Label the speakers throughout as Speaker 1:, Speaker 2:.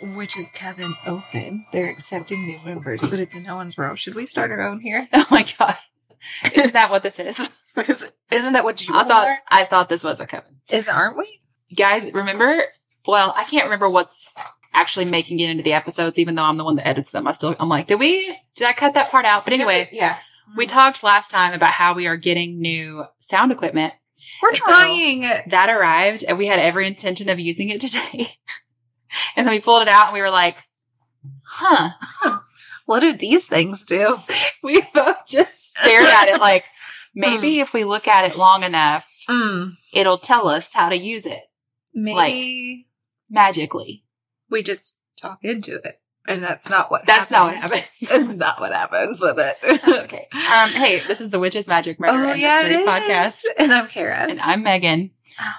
Speaker 1: which is Kevin Open. They're accepting new members, but it's a no one's row. Should we start our own here?
Speaker 2: Oh my god. Isn't that what this is?
Speaker 1: Is- Isn't that what you
Speaker 2: I thought
Speaker 1: are?
Speaker 2: I thought this was a Kevin.
Speaker 1: Is aren't we?
Speaker 2: Guys, remember well, I can't remember what's actually making it into the episodes, even though I'm the one that edits them. I still I'm like, did we did I cut that part out? But anyway,
Speaker 1: yeah, Mm-hmm.
Speaker 2: we talked last time about how we are getting new sound equipment.
Speaker 1: we're
Speaker 2: So-
Speaker 1: trying.
Speaker 2: That arrived and we had every intention of using it today. and then we pulled it out and we were like, huh.
Speaker 1: What do these things do?
Speaker 2: We both just stared at it like
Speaker 1: Hmm.
Speaker 2: maybe if we look at it long enough,
Speaker 1: Mm,
Speaker 2: it'll tell us how to use it
Speaker 1: maybe
Speaker 2: magically.
Speaker 1: we just talk into it, and that's not what.
Speaker 2: That's not what
Speaker 1: happened.
Speaker 2: happens.
Speaker 1: That's not what happens with
Speaker 2: That's
Speaker 1: it. Oh,
Speaker 2: okay. Um, hey, this is the Witch's Magic Murder and Mystery
Speaker 1: it
Speaker 2: Podcast,
Speaker 1: is. And I'm Kara.
Speaker 2: and I'm Megan.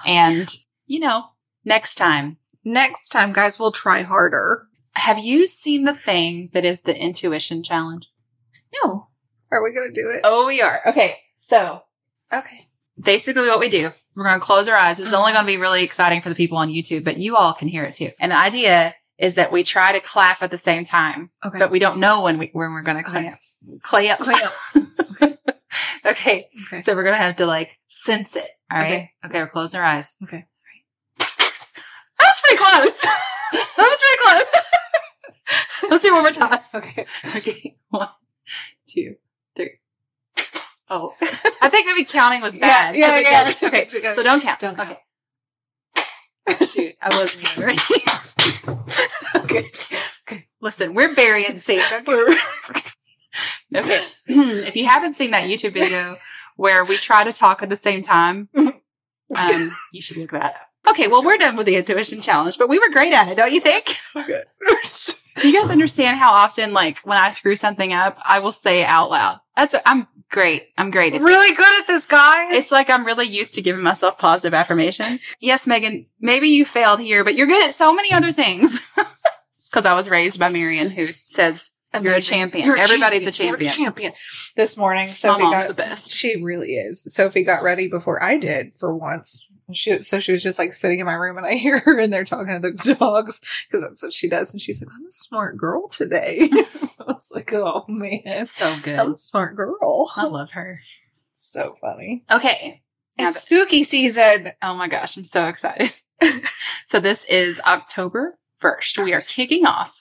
Speaker 2: And you know, next time,
Speaker 1: Next time, guys, we'll try harder.
Speaker 2: have you seen the thing that is the intuition challenge?
Speaker 1: No, are we gonna do it?
Speaker 2: Oh, we are okay. So
Speaker 1: Okay.
Speaker 2: basically, what we do, we're going to close our eyes. This is only going to be really exciting for the people on YouTube, but you all can hear it too. And the idea is that we try to clap at the same time,
Speaker 1: Okay.
Speaker 2: but we don't know when we when we're going to clap. Clap.
Speaker 1: Clap.
Speaker 2: okay.
Speaker 1: okay.
Speaker 2: So we're gonna have to like sense it. All right.
Speaker 1: Okay.
Speaker 2: Okay. we're closing our eyes.
Speaker 1: Okay.
Speaker 2: That was pretty close. that was pretty close. Let's do it one more time.
Speaker 1: Okay.
Speaker 2: Okay. One, two, three. Oh, I think maybe counting was bad.
Speaker 1: Yeah, yeah,
Speaker 2: Okay,
Speaker 1: yeah.
Speaker 2: Okay.
Speaker 1: Okay.
Speaker 2: So don't count.
Speaker 1: Don't count.
Speaker 2: Okay. Oh, Shoot, I wasn't even ready. okay. okay. Listen, we're burying safe. Okay. okay. if you haven't seen that YouTube video where we try to talk at the same time, um, you should look that up. Okay, well, we're done with the intuition challenge, but we were great at it, don't you think?
Speaker 1: Okay.
Speaker 2: Do you guys understand how often, like, when I screw something up, I will say it out loud? That's, I'm great. I'm great. It's,
Speaker 1: really good at this, guys.
Speaker 2: it's like I'm really used to giving myself positive affirmations. Yes, Megan, maybe you failed here, but you're good at so many other things. it's because I was raised by Marion, who says, You're a champion. Everybody's a
Speaker 1: You're
Speaker 2: champion.
Speaker 1: champion. This morning,
Speaker 2: My
Speaker 1: Sophie
Speaker 2: mom's
Speaker 1: got
Speaker 2: the best.
Speaker 1: she really is. Sophie got ready before I did for once. She, so she was just like sitting in my room and I hear her in there talking to the dogs because that's what she does. And she's like, I'm a smart girl today. I was like, oh man,
Speaker 2: So
Speaker 1: I'm
Speaker 2: good.
Speaker 1: a smart girl.
Speaker 2: I love her.
Speaker 1: So funny.
Speaker 2: Okay. Now
Speaker 1: It's spooky season.
Speaker 2: Oh my gosh, I'm so excited. so this is October 1st. We are kicking off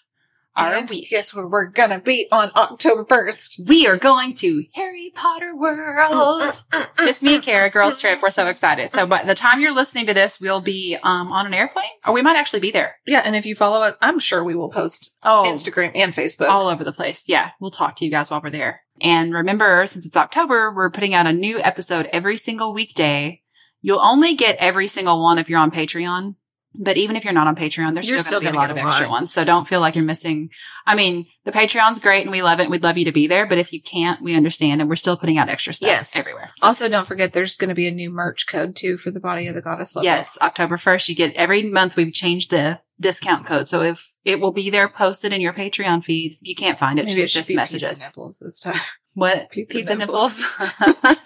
Speaker 2: our
Speaker 1: And
Speaker 2: week.
Speaker 1: Guess where we're going to be on October 1st?
Speaker 2: We are going to Harry Potter
Speaker 1: Mm,
Speaker 2: World. Just me and Kara, girls trip. We're so excited. So by the time you're listening to this, we'll be um, on an airplane or we might actually be there.
Speaker 1: Yeah. And if you follow it, I'm sure we will post
Speaker 2: Oh,
Speaker 1: Instagram and Facebook.
Speaker 2: all over the place. Yeah, we'll talk to you guys while we're there. And remember, since it's October, we're putting out a new episode every single weekday. You'll only get every single one if you're on Patreon. But even if you're not on Patreon, there's
Speaker 1: You're still
Speaker 2: still going to be
Speaker 1: gonna
Speaker 2: a lot
Speaker 1: get
Speaker 2: of
Speaker 1: a
Speaker 2: extra
Speaker 1: lot.
Speaker 2: ones. So don't feel like you're missing. I mean, the Patreon's great and we love it. We'd love you to be there. But if you can't, we understand. And we're still putting out extra stuff
Speaker 1: Yes.
Speaker 2: everywhere. So-
Speaker 1: Also, don't forget there's going to be a new merch code too for the Body of the Goddess Level.
Speaker 2: Yes, October 1st. You get every month we've changed the discount code. So if it will be there posted in your Patreon feed, if you can't find it,
Speaker 1: Maybe it
Speaker 2: just,
Speaker 1: should
Speaker 2: just
Speaker 1: be
Speaker 2: message
Speaker 1: pizza
Speaker 2: us.
Speaker 1: nipples this time.
Speaker 2: What?
Speaker 1: Pizza
Speaker 2: Pizza,
Speaker 1: nipples.
Speaker 2: nipples.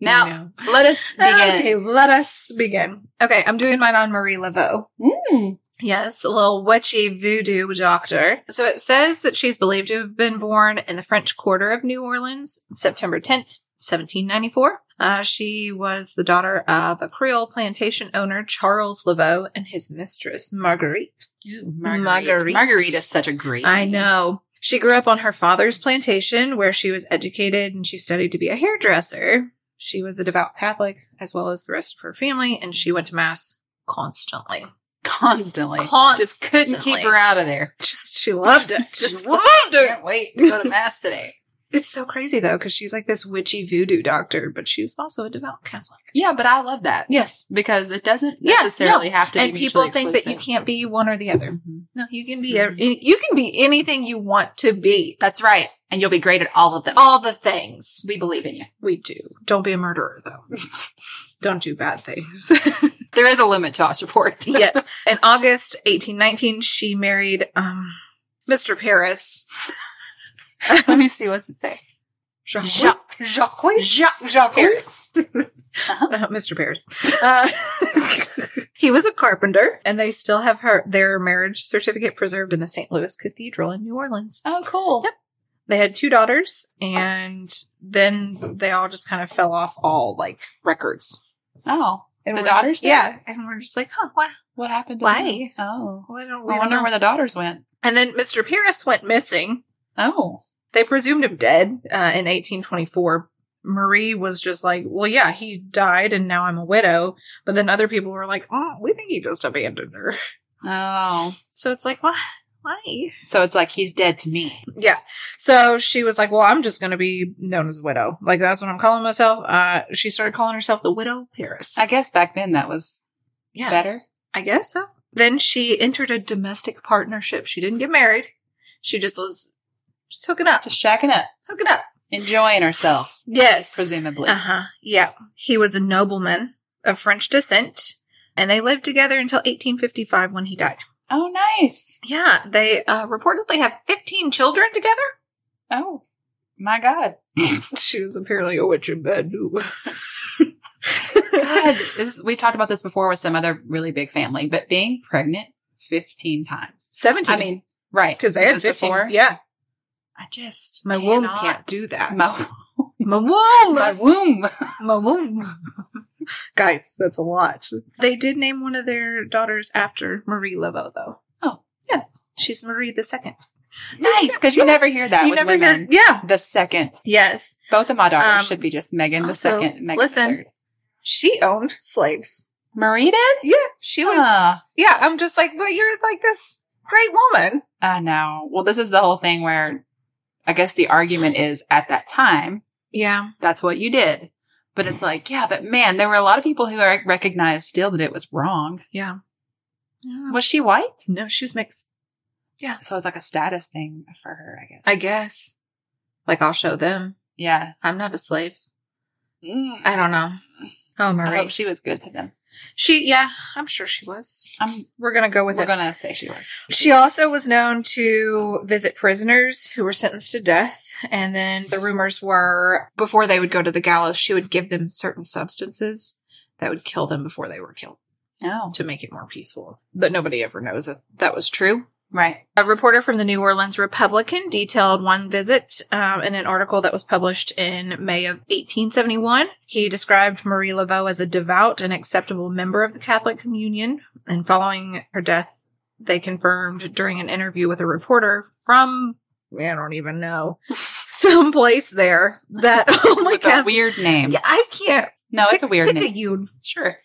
Speaker 1: now,
Speaker 2: now, let us begin.
Speaker 1: okay, let us begin. Okay, I'm doing mine on Marie Laveau.
Speaker 2: Mm.
Speaker 1: Yes, a little witchy voodoo doctor. So it says that she's believed to have been born in the French Quarter of New Orleans, September 10th, 1794. Uh, she was the daughter of a Creole plantation owner, Charles Laveau, and his mistress, Marguerite.
Speaker 2: Marguerite.
Speaker 1: Marguerite.
Speaker 2: Marguerite. is such a great.
Speaker 1: I know. She grew up on her father's plantation where she was educated and she studied to be a hairdresser. She was a devout Catholic, as well as the rest of her family, and she went to mass constantly.
Speaker 2: Constantly. Just couldn't keep
Speaker 1: Constantly.
Speaker 2: her out of there.
Speaker 1: Just she loved it.
Speaker 2: Just
Speaker 1: Just loved it.
Speaker 2: Can't wait to go to mass today.
Speaker 1: It's so crazy though, because she's like this witchy voodoo doctor, but she was also a devout Catholic.
Speaker 2: Yeah, but I love that.
Speaker 1: Yes,
Speaker 2: Because it doesn't
Speaker 1: Yeah,
Speaker 2: necessarily have to be
Speaker 1: and people think that you can't be one or the other.
Speaker 2: hmm
Speaker 1: No, you can be
Speaker 2: Mhm.
Speaker 1: a, you can be anything you want to be.
Speaker 2: That's right. And you'll be great at all of them.
Speaker 1: All the things
Speaker 2: We believe in you.
Speaker 1: we do. Don't be a murderer though. Don't do bad things.
Speaker 2: There is a limit to our support.
Speaker 1: yes. In August 1819, she married um Mr. Paris.
Speaker 2: Let me see. What's it say?
Speaker 1: Jacques.
Speaker 2: Jacques. Jacques. Jacques. Paris.
Speaker 1: Uh, Mr. Bears. Uh, he was a carpenter, and they still have her their marriage certificate preserved in the St. Louis Cathedral in New Orleans.
Speaker 2: Oh, cool.
Speaker 1: Yep. They had two daughters, and then they all just kind of fell off all like records.
Speaker 2: Oh.
Speaker 1: And
Speaker 2: The
Speaker 1: we're just-
Speaker 2: daughters did?
Speaker 1: yeah. And we're just like, huh? Why?
Speaker 2: What happened to
Speaker 1: Why?
Speaker 2: them? Oh.
Speaker 1: We don't,
Speaker 2: I wonder
Speaker 1: know.
Speaker 2: where the daughters went.
Speaker 1: and then Mr. Paris went missing.
Speaker 2: Oh.
Speaker 1: They presumed him dead uh, in 1824. Marie was just like, well, yeah, he died, and now I'm a widow. But then other people were like, oh, we think he just abandoned her.
Speaker 2: Oh.
Speaker 1: So it's like, why? Why?
Speaker 2: So it's like he's dead to me.
Speaker 1: Yeah. So she was like, well, I'm just going to be known as a widow. Like, that's what I'm calling myself. Uh, she started calling herself the Widow Paris.
Speaker 2: I guess back then that was
Speaker 1: yeah.
Speaker 2: better.
Speaker 1: I guess so. Then she entered a domestic partnership. She didn't get married. She just was just hooking up.
Speaker 2: Just shacking up,
Speaker 1: hooking up.
Speaker 2: enjoying herself,
Speaker 1: Yes.
Speaker 2: presumably.
Speaker 1: Uh huh. Yeah. He was a nobleman of French descent, and they lived together until 1855 when he died.
Speaker 2: Oh, nice.
Speaker 1: Yeah. They uh, reportedly have 15 children together.
Speaker 2: Oh, my God.
Speaker 1: she was apparently a witch in bed.
Speaker 2: God, this, we talked about this before with some other really big family, but being pregnant 15 times.
Speaker 1: 17.
Speaker 2: I mean, right.
Speaker 1: because they had
Speaker 2: Just
Speaker 1: 15.
Speaker 2: before.
Speaker 1: Yeah.
Speaker 2: I just,
Speaker 1: My womb
Speaker 2: cannot-
Speaker 1: can't do that.
Speaker 2: My,
Speaker 1: My womb.
Speaker 2: my
Speaker 1: My,
Speaker 2: womb.
Speaker 1: womb. Guys, that's a lot. They did name one of their daughters after Marie Laveau, though.
Speaker 2: Oh, yes.
Speaker 1: She's Marie the second.
Speaker 2: Nice, because you never hear that
Speaker 1: You
Speaker 2: with
Speaker 1: never
Speaker 2: women.
Speaker 1: hear- yeah.
Speaker 2: The second.
Speaker 1: Yes.
Speaker 2: Both of my daughters
Speaker 1: Um,
Speaker 2: should be just Megan the
Speaker 1: also,
Speaker 2: second, Megan
Speaker 1: listen.
Speaker 2: the third.
Speaker 1: She owned slaves.
Speaker 2: Marie did?
Speaker 1: Yeah. She was.
Speaker 2: Ah.
Speaker 1: yeah. I'm just like, but you're like this great woman.
Speaker 2: I know. Well, this is the whole thing where I guess the argument is at that time,
Speaker 1: Yeah.
Speaker 2: that's what you did. But it's like, yeah, but man, there were a lot of people who are recognized still that it was wrong.
Speaker 1: Yeah. yeah.
Speaker 2: Was she white?
Speaker 1: No, she was mixed.
Speaker 2: So it's like a status thing for her, I guess.
Speaker 1: I guess. Like, I'll show them.
Speaker 2: Yeah.
Speaker 1: I'm not a slave.
Speaker 2: Mm,
Speaker 1: I don't know. Oh,
Speaker 2: I
Speaker 1: Marie.
Speaker 2: hope she was good to them.
Speaker 1: She, yeah, I'm sure she was.
Speaker 2: I'm,
Speaker 1: We're gonna go with
Speaker 2: we're
Speaker 1: it.
Speaker 2: going to say she was.
Speaker 1: she also was known to visit prisoners who were sentenced to death, and then the rumors were before they would go to the gallows, she would give them certain substances that would kill them before they were killed
Speaker 2: Oh,
Speaker 1: to make it more peaceful. But nobody ever knows that that was true.
Speaker 2: right.
Speaker 1: A reporter from the New Orleans Republican detailed one visit um, in an article that was published in May of 1871. He described Marie Laveau as a devout and acceptable member of the Catholic Communion, and following her death, they confirmed during an interview with a reporter from I don't even know some place there that only
Speaker 2: With a
Speaker 1: Catholic.
Speaker 2: weird name.
Speaker 1: Oh Yeah, I can't.
Speaker 2: No, it's a
Speaker 1: pick-
Speaker 2: weird
Speaker 1: pick
Speaker 2: name.
Speaker 1: a you
Speaker 2: Sure.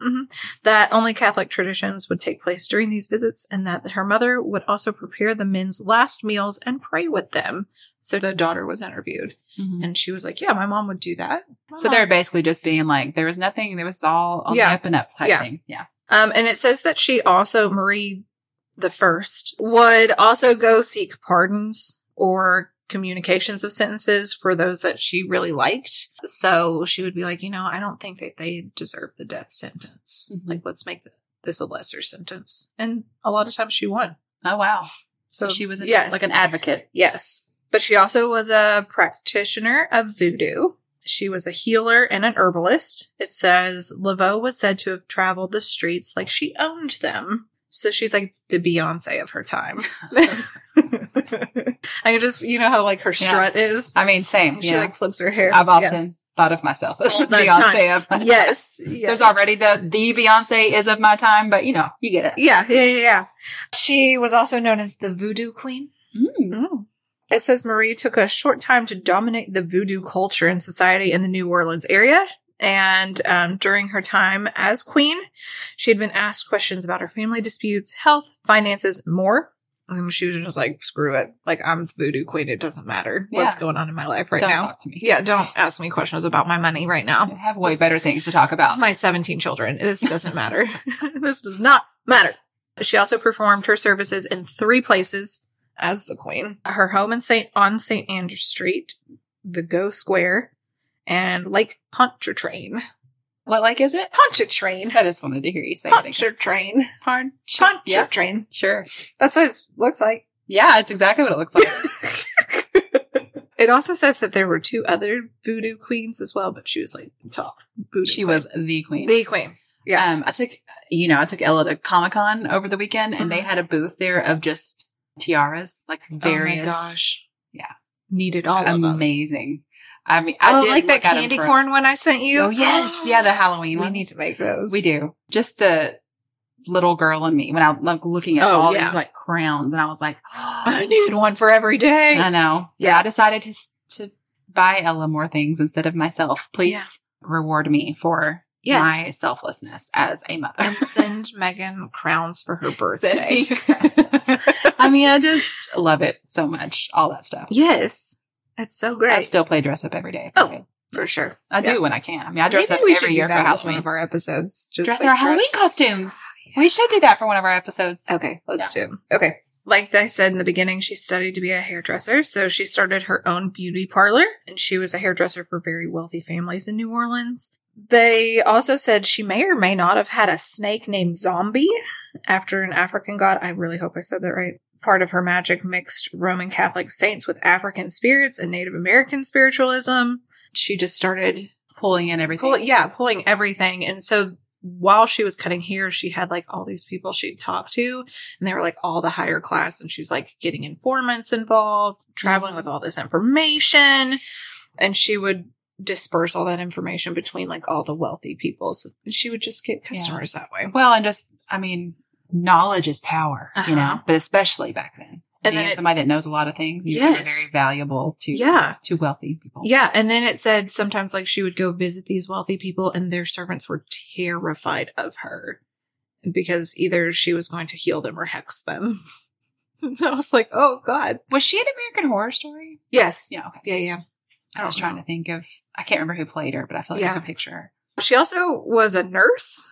Speaker 1: Mhm. that only Catholic traditions would take place during these visits, and that her mother would also prepare the men's last meals and pray with them. So the daughter was interviewed,
Speaker 2: Mhm.
Speaker 1: and she was like, "Yeah, my mom would do that." My
Speaker 2: So
Speaker 1: mom-
Speaker 2: they're basically just being like, there was nothing, there was all on
Speaker 1: Yeah.
Speaker 2: the up and up type
Speaker 1: Yeah.
Speaker 2: thing. Yeah.
Speaker 1: um, and it says that she also Marie the First would also go seek pardons or communications of sentences for those that she really liked. So she would be like, you know, I don't think that they deserve the death sentence.
Speaker 2: Mhm.
Speaker 1: Like, let's make this a lesser sentence. And a lot of times she won.
Speaker 2: Oh, wow. So, she was an, like an advocate.
Speaker 1: yes, but she also was a practitioner of voodoo. She was a healer and an herbalist. It says Laveau was said to have traveled the streets like she owned them. So she's like the Beyonce of her time. I just, you know how like her
Speaker 2: Yeah.
Speaker 1: strut is.
Speaker 2: I mean, same.
Speaker 1: She
Speaker 2: yeah.
Speaker 1: like flips her hair.
Speaker 2: I've
Speaker 1: Yeah.
Speaker 2: often thought of myself as
Speaker 1: All
Speaker 2: the
Speaker 1: the
Speaker 2: Beyonce of my
Speaker 1: Yes, yes.
Speaker 2: There's already the the Beyonce is of my time, but you know, you get it.
Speaker 1: Yeah, yeah, yeah, yeah. She was also known as the Voodoo Queen.
Speaker 2: Mm.
Speaker 1: Mm. It says Marie took a short time to dominate the voodoo culture and society in the New Orleans area. And um, during her time as queen, she had been asked questions about her family disputes, health, finances, and more. And she was just like, screw it. Like, I'm the voodoo queen. It doesn't matter what's
Speaker 2: Yeah.
Speaker 1: going on in my life right
Speaker 2: Don't
Speaker 1: now.
Speaker 2: talk to me.
Speaker 1: Yeah, don't ask me questions about my money right
Speaker 2: I
Speaker 1: now.
Speaker 2: have way better things to talk about.
Speaker 1: My 17 children. This doesn't matter. this does not matter. She also performed her services in three places as the queen. Her home in Saint on St. Andrew Street, the Go Square, and Lake Pontchartrain.
Speaker 2: What like is it?
Speaker 1: Pontchartrain.
Speaker 2: I just wanted to hear you say it. again.
Speaker 1: Pontchartrain.
Speaker 2: Punch. Yep.
Speaker 1: Pontchartrain.
Speaker 2: Sure.
Speaker 1: That's what it looks like.
Speaker 2: Yeah, it's exactly what it looks like.
Speaker 1: It also says that there were two other voodoo queens as well, but she was like top voodoo.
Speaker 2: she
Speaker 1: queen.
Speaker 2: was the queen.
Speaker 1: the queen. yeah.
Speaker 2: Um, I took, you know, I took Ella to Comic Con over the weekend, and they
Speaker 1: Mhm.
Speaker 2: had a booth there of just tiaras, like various.
Speaker 1: Oh my gosh.
Speaker 2: Yeah.
Speaker 1: Needed all of them.
Speaker 2: amazing. I mean, I
Speaker 1: oh,
Speaker 2: did
Speaker 1: like that
Speaker 2: look at 'em
Speaker 1: candy
Speaker 2: for-
Speaker 1: corn one I sent you.
Speaker 2: Oh yes, yeah, the Halloween
Speaker 1: we
Speaker 2: ones.
Speaker 1: need to make those.
Speaker 2: We do. Just the little girl in me when I like looking at
Speaker 1: Oh,
Speaker 2: all
Speaker 1: yeah.
Speaker 2: these like crowns, and I was like,
Speaker 1: I need one for every day.
Speaker 2: I know. Yeah, I decided to s- to buy Ella more things instead of myself. Please reward me for
Speaker 1: Yes.
Speaker 2: my selflessness as a mother.
Speaker 1: and send Megan crowns for her birthday.
Speaker 2: I mean, I just love it so much. All that stuff.
Speaker 1: yes. It's so
Speaker 2: I
Speaker 1: great.
Speaker 2: still play dress up every day.
Speaker 1: Oh, for sure.
Speaker 2: I do
Speaker 1: Yeah.
Speaker 2: when I can. I mean, I dress up every year for Halloween.
Speaker 1: our episodes. Just
Speaker 2: dress
Speaker 1: like Oh,
Speaker 2: our Halloween costumes. We should do that for one of our episodes.
Speaker 1: Okay, let's do. it. Okay. Like I said in the beginning, she studied to be a hairdresser, so she started her own beauty parlor, and she was a hairdresser for very wealthy families in New Orleans. They also said she may or may not have had a snake named Zombie after an African god. I really hope I said that right. Part of her magic mixed Roman Catholic saints with African spirits and Native American spiritualism. She just started
Speaker 2: Pulling in everything.
Speaker 1: Pull, yeah, pulling everything. And so while she was cutting hair, she had like all these people she talked to, and they were like all the higher class. And she's like getting informants involved, traveling with all this information. And she would disperse all that information between like all the wealthy people. So she would just get customers that way.
Speaker 2: Well, and just, I mean, knowledge is power,
Speaker 1: Uh-huh.
Speaker 2: you know, but especially back then.
Speaker 1: And
Speaker 2: Being
Speaker 1: then it-
Speaker 2: somebody that knows a lot of things, you're
Speaker 1: Yes.
Speaker 2: very valuable to
Speaker 1: Yeah.
Speaker 2: to wealthy people.
Speaker 1: Yeah. And then it said sometimes like she would go visit these wealthy people and their servants were terrified of her because either she was going to heal them or hex them. And I was like, oh God.
Speaker 2: Was she an American Horror Story?
Speaker 1: Yes.
Speaker 2: Yeah. Okay.
Speaker 1: Yeah. Yeah.
Speaker 2: I was trying to think of. I can't remember who played her, but I feel like I
Speaker 1: Yeah.
Speaker 2: can picture her.
Speaker 1: She also was a nurse.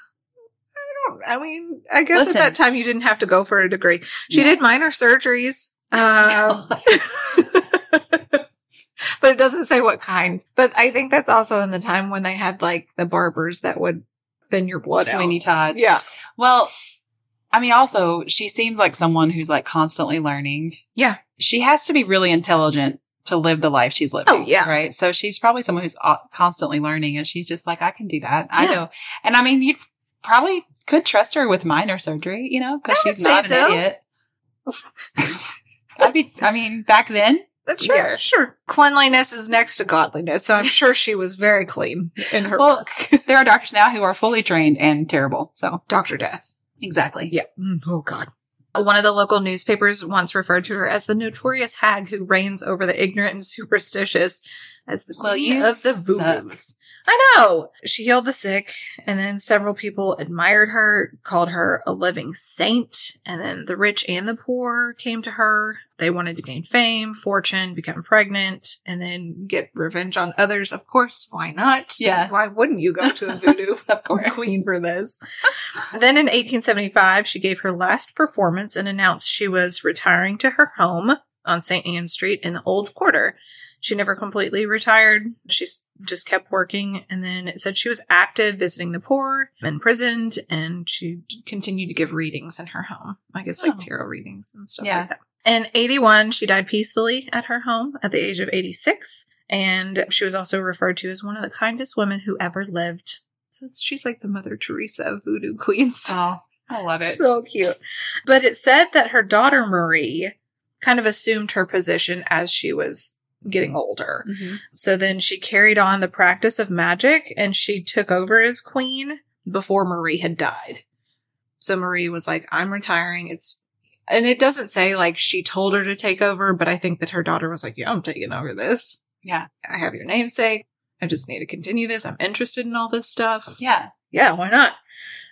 Speaker 1: I don't, I mean, I guess
Speaker 2: Listen.
Speaker 1: at that time you didn't have to go for a degree. She
Speaker 2: No. Oh
Speaker 1: did minor surgeries. Um, but it doesn't say what kind. But I think that's also in the time when they had like the barbers that would thin your blood
Speaker 2: Sweeney
Speaker 1: out.
Speaker 2: Todd.
Speaker 1: Yeah.
Speaker 2: Well, I mean, also she seems like someone who's like constantly learning.
Speaker 1: Yeah.
Speaker 2: she has to be really intelligent to live the life she's living.
Speaker 1: Oh, yeah.
Speaker 2: right. So she's probably someone who's uh, constantly learning, and she's just like, I can do that. I
Speaker 1: Yeah.
Speaker 2: know. And I mean, you probably could trust her with minor surgery, you know, because
Speaker 1: I would
Speaker 2: she's not
Speaker 1: say
Speaker 2: an
Speaker 1: so.
Speaker 2: idiot. I'd be. I mean, back then,
Speaker 1: That's
Speaker 2: Sure.
Speaker 1: yeah, sure. Cleanliness is next to godliness, so I'm sure she was very clean in her
Speaker 2: well, there are doctors now who are fully trained and terrible. So
Speaker 1: Doctor Death.
Speaker 2: exactly.
Speaker 1: Yeah. Oh God. One of the local newspapers once referred to her as the notorious hag who reigns over the ignorant and superstitious, as the
Speaker 2: Well,
Speaker 1: queen
Speaker 2: you
Speaker 1: of the
Speaker 2: suck.
Speaker 1: boobies. I know. She healed the sick, and then several people admired her, called her a living saint, and then the rich and the poor came to her. They wanted to gain fame, fortune, become pregnant, and then get revenge on others. Of course, why not?
Speaker 2: Yeah.
Speaker 1: Why wouldn't you go to a voodoo
Speaker 2: Of course.
Speaker 1: queen for this? Then in 1875, she gave her last performance and announced she was retiring to her home on St. Anne Street in the Old Quarter. She never completely retired. She s- just kept working. And then it said she was active, visiting the poor, imprisoned, and she continued to give readings in her home. I guess
Speaker 2: Oh.
Speaker 1: like tarot readings and stuff
Speaker 2: Yeah.
Speaker 1: like that. In 81, she died peacefully at her home at the age of 86. And she was also referred to as one of the kindest women who ever lived. So she's like the Mother Teresa of voodoo queens.
Speaker 2: Oh, I love it.
Speaker 1: So cute. But it said that her daughter Marie kind of assumed her position as she was getting older.
Speaker 2: Mhm.
Speaker 1: So then she carried on the practice of magic and she took over as queen before Marie had died. So Marie was like, I'm retiring. It's And it doesn't say like she told her to take over, but I think that her daughter was like, yeah, I'm taking over this.
Speaker 2: Yeah.
Speaker 1: I have your namesake. I just need to continue this. I'm interested in all this stuff.
Speaker 2: Yeah.
Speaker 1: Yeah, why not?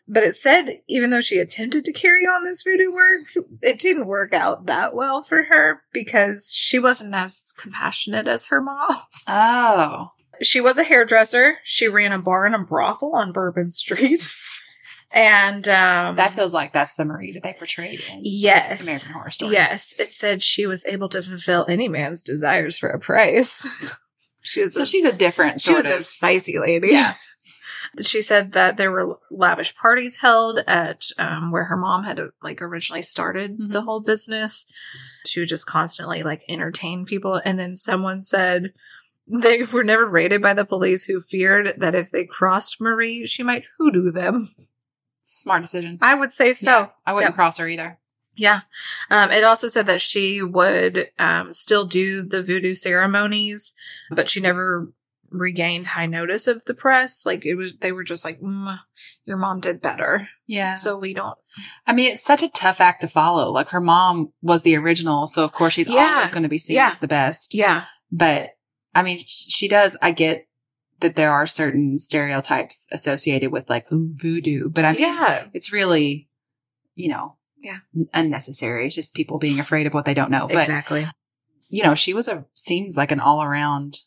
Speaker 1: But it said even though she attempted to carry on this voodoo work, it didn't work out that well for her because she wasn't as compassionate as her mom.
Speaker 2: Oh.
Speaker 1: She was a hairdresser. She ran a bar and a brothel on Bourbon Street. And um
Speaker 2: That feels like that's the Marie that they portrayed in
Speaker 1: yes.
Speaker 2: American Horror Story.
Speaker 1: Yes, it said she was able to fulfill any man's desires for a price. she was
Speaker 2: So she's a different
Speaker 1: she
Speaker 2: sort
Speaker 1: was
Speaker 2: of.
Speaker 1: a spicy lady.
Speaker 2: yeah.
Speaker 1: She said that there were lavish parties held at um, where her mom had like originally started the whole business. She would just constantly like entertain people, and then someone said they were never raided by the police, who feared that if they crossed Marie, she might hoodoo them.
Speaker 2: Smart decision.
Speaker 1: I would say so.
Speaker 2: Yeah, I wouldn't cross her either.
Speaker 1: Yeah. Um, it also said that she would um, still do the voodoo ceremonies, but she never regained high notice of the press. Like it was, they were just like, mm, "Your mom did better,
Speaker 2: Yeah.
Speaker 1: so we don't."
Speaker 2: I mean, it's such a tough act to follow. Like her mom was the original, so of course she's
Speaker 1: Yeah.
Speaker 2: always going to be seen
Speaker 1: Yeah.
Speaker 2: as the best.
Speaker 1: Yeah,
Speaker 2: But I mean, sh- she does. I get that there are certain stereotypes associated with like ooh, voodoo, but I mean,
Speaker 1: yeah,
Speaker 2: it's really, you know,
Speaker 1: Yeah.
Speaker 2: n- unnecessary. It's just people being afraid of what they don't know. But
Speaker 1: exactly.
Speaker 2: you know, she was a seems like an all around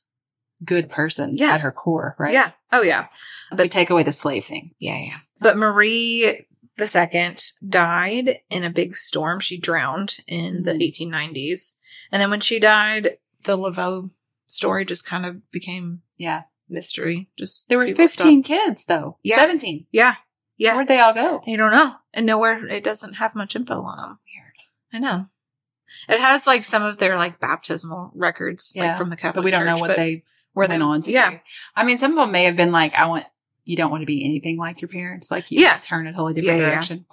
Speaker 2: good person
Speaker 1: Yeah.
Speaker 2: at her core, right?
Speaker 1: Yeah. Oh yeah.
Speaker 2: But take away the slave thing.
Speaker 1: Yeah. Yeah. But Marie the second died in a big storm. She drowned in the
Speaker 2: Mhm.
Speaker 1: 1890s, and then when she died, the Laveau story just kind of became
Speaker 2: Yeah.
Speaker 1: mystery. Just
Speaker 2: There were
Speaker 1: people stopped-
Speaker 2: 15 kids though.
Speaker 1: Yeah.
Speaker 2: 17.
Speaker 1: Yeah. Yeah.
Speaker 2: Where'd they all go?
Speaker 1: You don't know. And nowhere, it doesn't have much info on them.
Speaker 2: Weird.
Speaker 1: I know. It has like some of their like baptismal records
Speaker 2: Yeah,
Speaker 1: like from the Catholic
Speaker 2: But we don't know
Speaker 1: Church,
Speaker 2: what
Speaker 1: but
Speaker 2: they
Speaker 1: were
Speaker 2: were
Speaker 1: they-
Speaker 2: then on. to
Speaker 1: yeah.
Speaker 2: do. I mean, some of them may have been like, I want, you don't want to be anything like your parents. Like you
Speaker 1: Yeah.
Speaker 2: turn a totally different
Speaker 1: Yeah, yeah.
Speaker 2: direction.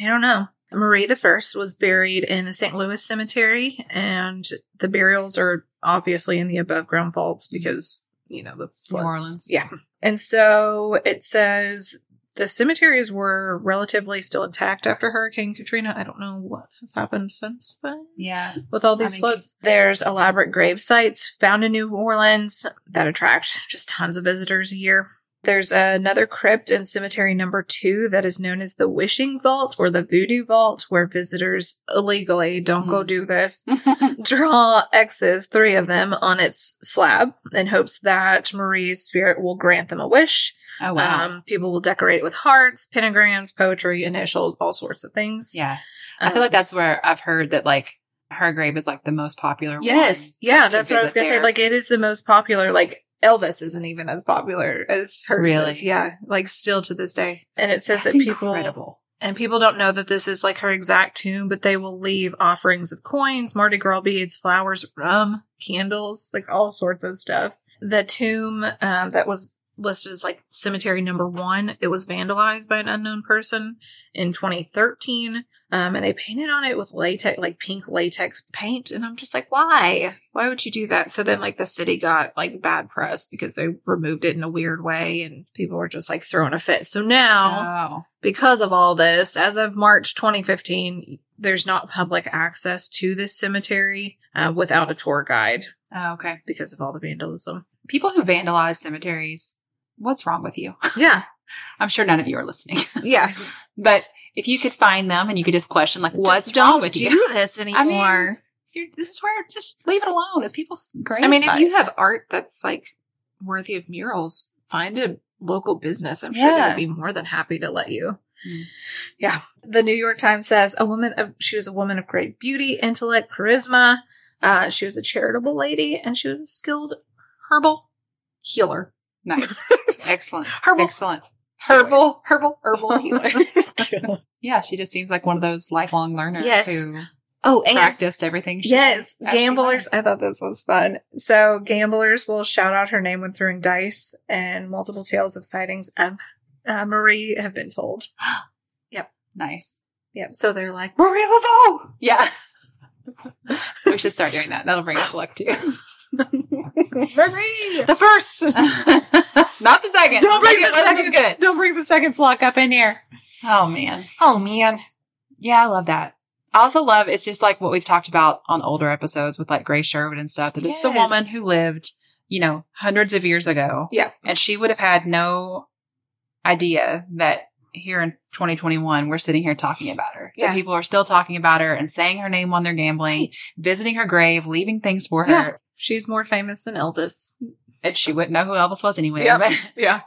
Speaker 1: I don't know. Marie the First was buried in the St. Louis Cemetery, and the burials are obviously in the above ground vaults because you know the floods.
Speaker 2: Orleans.
Speaker 1: Yeah, and so it says the cemeteries were relatively still intact after Hurricane Katrina. I don't know what has happened since then.
Speaker 2: Yeah.
Speaker 1: with all
Speaker 2: I
Speaker 1: these
Speaker 2: mean,
Speaker 1: floods. There's elaborate grave sites found in New Orleans that attract just tons of visitors a year. There's another crypt in cemetery number two that is known as the Wishing Vault or the Voodoo Vault, where visitors illegally don't go
Speaker 2: Mm.
Speaker 1: do this. Draw X's, three of them, on its slab in hopes that Marie's spirit will grant them a wish.
Speaker 2: oh, wow.
Speaker 1: Um, people will decorate it with hearts, pentagrams, poetry, initials, all sorts of things.
Speaker 2: yeah. I
Speaker 1: um,
Speaker 2: feel like that's where I've heard that like her grave is like the most popular one.
Speaker 1: Yes, yeah,
Speaker 2: to
Speaker 1: that's what I was
Speaker 2: visit
Speaker 1: gonna say.
Speaker 2: there.
Speaker 1: Like, it is the most popular. Like, Elvis isn't even as popular as hers.
Speaker 2: Really?
Speaker 1: is. Yeah, like still to this day. And it says
Speaker 2: That's
Speaker 1: that people
Speaker 2: incredible.
Speaker 1: and people don't know that this is like her exact tomb, but they will leave offerings of coins, Mardi Gras beads, flowers, rum, candles, like all sorts of stuff. The tomb um, that was listed as like cemetery number one, it was vandalized by an unknown person in 2013, um, and they painted on it with latex, like pink latex paint. And I'm just like, why? Why would you do that? So then, like, the city got like bad press because they removed it in a weird way, and people were just like throwing a fit. So now
Speaker 2: Oh.
Speaker 1: because of all this, as of March 2015, there's not public access to this cemetery uh, without a tour guide
Speaker 2: oh. Okay.
Speaker 1: because of all the vandalism.
Speaker 2: People who vandalize cemeteries, what's wrong with you?
Speaker 1: Yeah,
Speaker 2: I'm sure none of you are listening.
Speaker 1: yeah.
Speaker 2: but if you could find them and you could just question like, what's wrong with you?
Speaker 1: do this anymore? I mean,
Speaker 2: You're, this is where just leave it alone. It's people's grave.
Speaker 1: if you have art that's like worthy of murals, find a local business. I'm sure they
Speaker 2: Yeah.
Speaker 1: would be more than happy to let you.
Speaker 2: Mm.
Speaker 1: Yeah. Hmm. The New York Times says a woman of she was a woman of great beauty, intellect, charisma. Uh, she was a charitable lady, and she was a skilled herbal healer.
Speaker 2: nice, excellent,
Speaker 1: Herbal.
Speaker 2: excellent,
Speaker 1: herbal, herbal, herbal
Speaker 2: healer. yeah, she just seems like one of those lifelong learners
Speaker 1: Yes.
Speaker 2: who
Speaker 1: oh, and
Speaker 2: practiced everything. She
Speaker 1: yes,
Speaker 2: actually
Speaker 1: gamblers.
Speaker 2: learned.
Speaker 1: I thought this was fun. So gamblers will shout out her name when throwing dice, and multiple tales of sightings of uh, Marie have been told.
Speaker 2: Nice.
Speaker 1: Yep. So they're like,
Speaker 2: Marie Laveau. Yeah. we should start doing that. That'll bring us luck too.
Speaker 1: Marie, the first.
Speaker 2: Not the second.
Speaker 1: Don't bring the
Speaker 2: wasn't as
Speaker 1: second.
Speaker 2: Good.
Speaker 1: Don't bring the second flock up in here.
Speaker 2: Oh man.
Speaker 1: Oh man.
Speaker 2: Yeah, I love that. I also love it's just like what we've talked about on older episodes with like Grace Sherwood and stuff. That this is a
Speaker 1: Yes.
Speaker 2: woman who lived, you know, hundreds of years ago.
Speaker 1: Yeah.
Speaker 2: And she would have had no idea that here in 2021, we're sitting here talking about her.
Speaker 1: Yeah.
Speaker 2: That people are still talking about her and saying her name on their gambling,
Speaker 1: Right.
Speaker 2: visiting her grave, leaving things for
Speaker 1: Yeah.
Speaker 2: her.
Speaker 1: She's more famous than Elvis.
Speaker 2: And she wouldn't know who Elvis was anyway.
Speaker 1: Yep.
Speaker 2: But
Speaker 1: Yeah.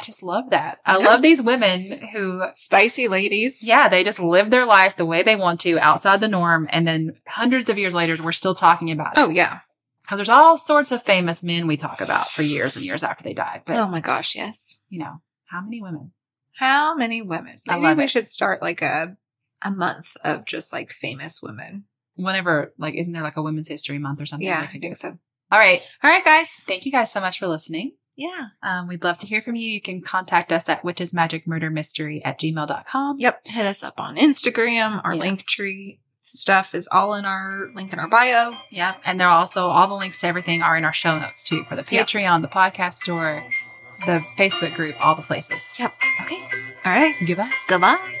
Speaker 2: I just love that. I
Speaker 1: Yeah.
Speaker 2: love these women who
Speaker 1: Spicy ladies.
Speaker 2: yeah, they just live their life the way they want to outside the norm. And then hundreds of years later, we're still talking about it.
Speaker 1: Oh, yeah.
Speaker 2: Because there's all sorts of famous men we talk about for years and years after they died. But,
Speaker 1: oh, my gosh. Yes.
Speaker 2: you know, how many women?
Speaker 1: How many women?
Speaker 2: I
Speaker 1: Maybe
Speaker 2: love
Speaker 1: we
Speaker 2: it.
Speaker 1: should start like a a month of just like famous women.
Speaker 2: Whenever, like, isn't there like a Women's History Month or something?
Speaker 1: Yeah,
Speaker 2: we
Speaker 1: I
Speaker 2: can
Speaker 1: think
Speaker 2: do?
Speaker 1: so.
Speaker 2: All right.
Speaker 1: All right, guys.
Speaker 2: Thank you guys so much for listening.
Speaker 1: Yeah.
Speaker 2: Um, we'd love to hear from you. You can contact us at witchesmagicmurdermystery at gmail.com.
Speaker 1: Yep. Hit us up on Instagram. Our
Speaker 2: Yeah.
Speaker 1: link tree stuff is all in our link in our bio.
Speaker 2: Yep. And there are also all the links to everything are in our show notes too for the
Speaker 1: Yep.
Speaker 2: Patreon, the podcast store, the Facebook group, all the places.
Speaker 1: Yep.
Speaker 2: Okay.
Speaker 1: All right.
Speaker 2: Goodbye.
Speaker 1: Goodbye.